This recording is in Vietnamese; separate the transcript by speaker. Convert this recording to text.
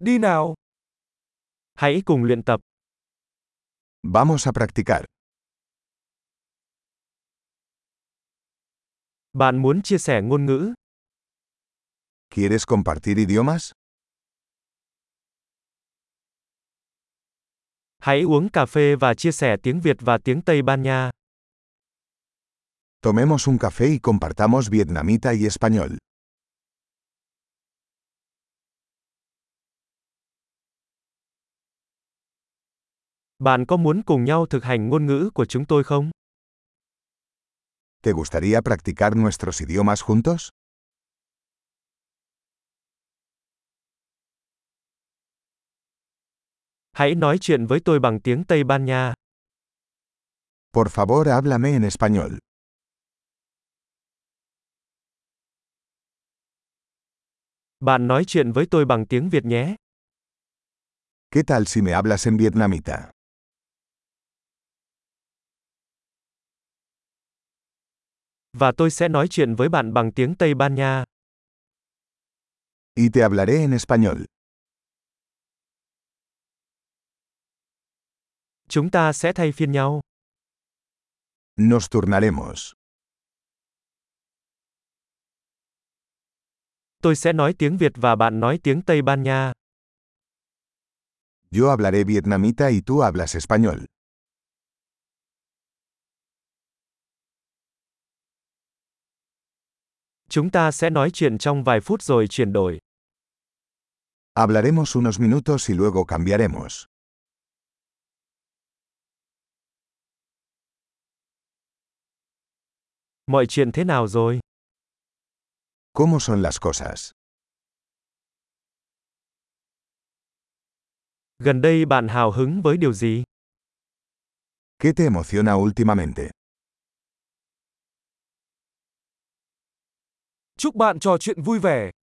Speaker 1: Đi nào. Hãy cùng luyện tập.
Speaker 2: Vamos a practicar.
Speaker 1: Bạn muốn chia sẻ ngôn ngữ?
Speaker 2: ¿Quieres compartir idiomas?
Speaker 1: Hãy uống cà phê và chia sẻ tiếng Việt và tiếng Tây Ban Nha.
Speaker 2: Tomemos un café y compartamos vietnamita y español.
Speaker 1: Bạn có muốn cùng nhau thực hành ngôn ngữ của chúng tôi không?
Speaker 2: ¿Te gustaría practicar nuestros idiomas juntos?
Speaker 1: Hãy nói chuyện với tôi bằng tiếng Tây Ban Nha.
Speaker 2: Por favor, háblame en español.
Speaker 1: Bạn nói chuyện với tôi bằng tiếng Việt nhé.
Speaker 2: ¿Qué tal si me hablas en vietnamita?
Speaker 1: Và tôi sẽ nói chuyện với bạn bằng tiếng Tây Ban Nha.
Speaker 2: Y te hablaré en español.
Speaker 1: Chúng ta sẽ thay phiên nhau.
Speaker 2: Nos turnaremos.
Speaker 1: Tôi sẽ nói tiếng Việt và bạn nói tiếng Tây Ban Nha.
Speaker 2: Yo hablaré vietnamita y tú hablas español.
Speaker 1: Chúng ta sẽ nói chuyện trong vài phút rồi chuyển đổi.
Speaker 2: Hablaremos unos minutos y luego cambiaremos.
Speaker 1: Mọi chuyện thế nào rồi?
Speaker 2: ¿Cómo son las cosas?
Speaker 1: Gần đây bạn hào hứng với điều gì?
Speaker 2: ¿Qué te emociona últimamente?
Speaker 1: Chúc bạn trò chuyện vui vẻ.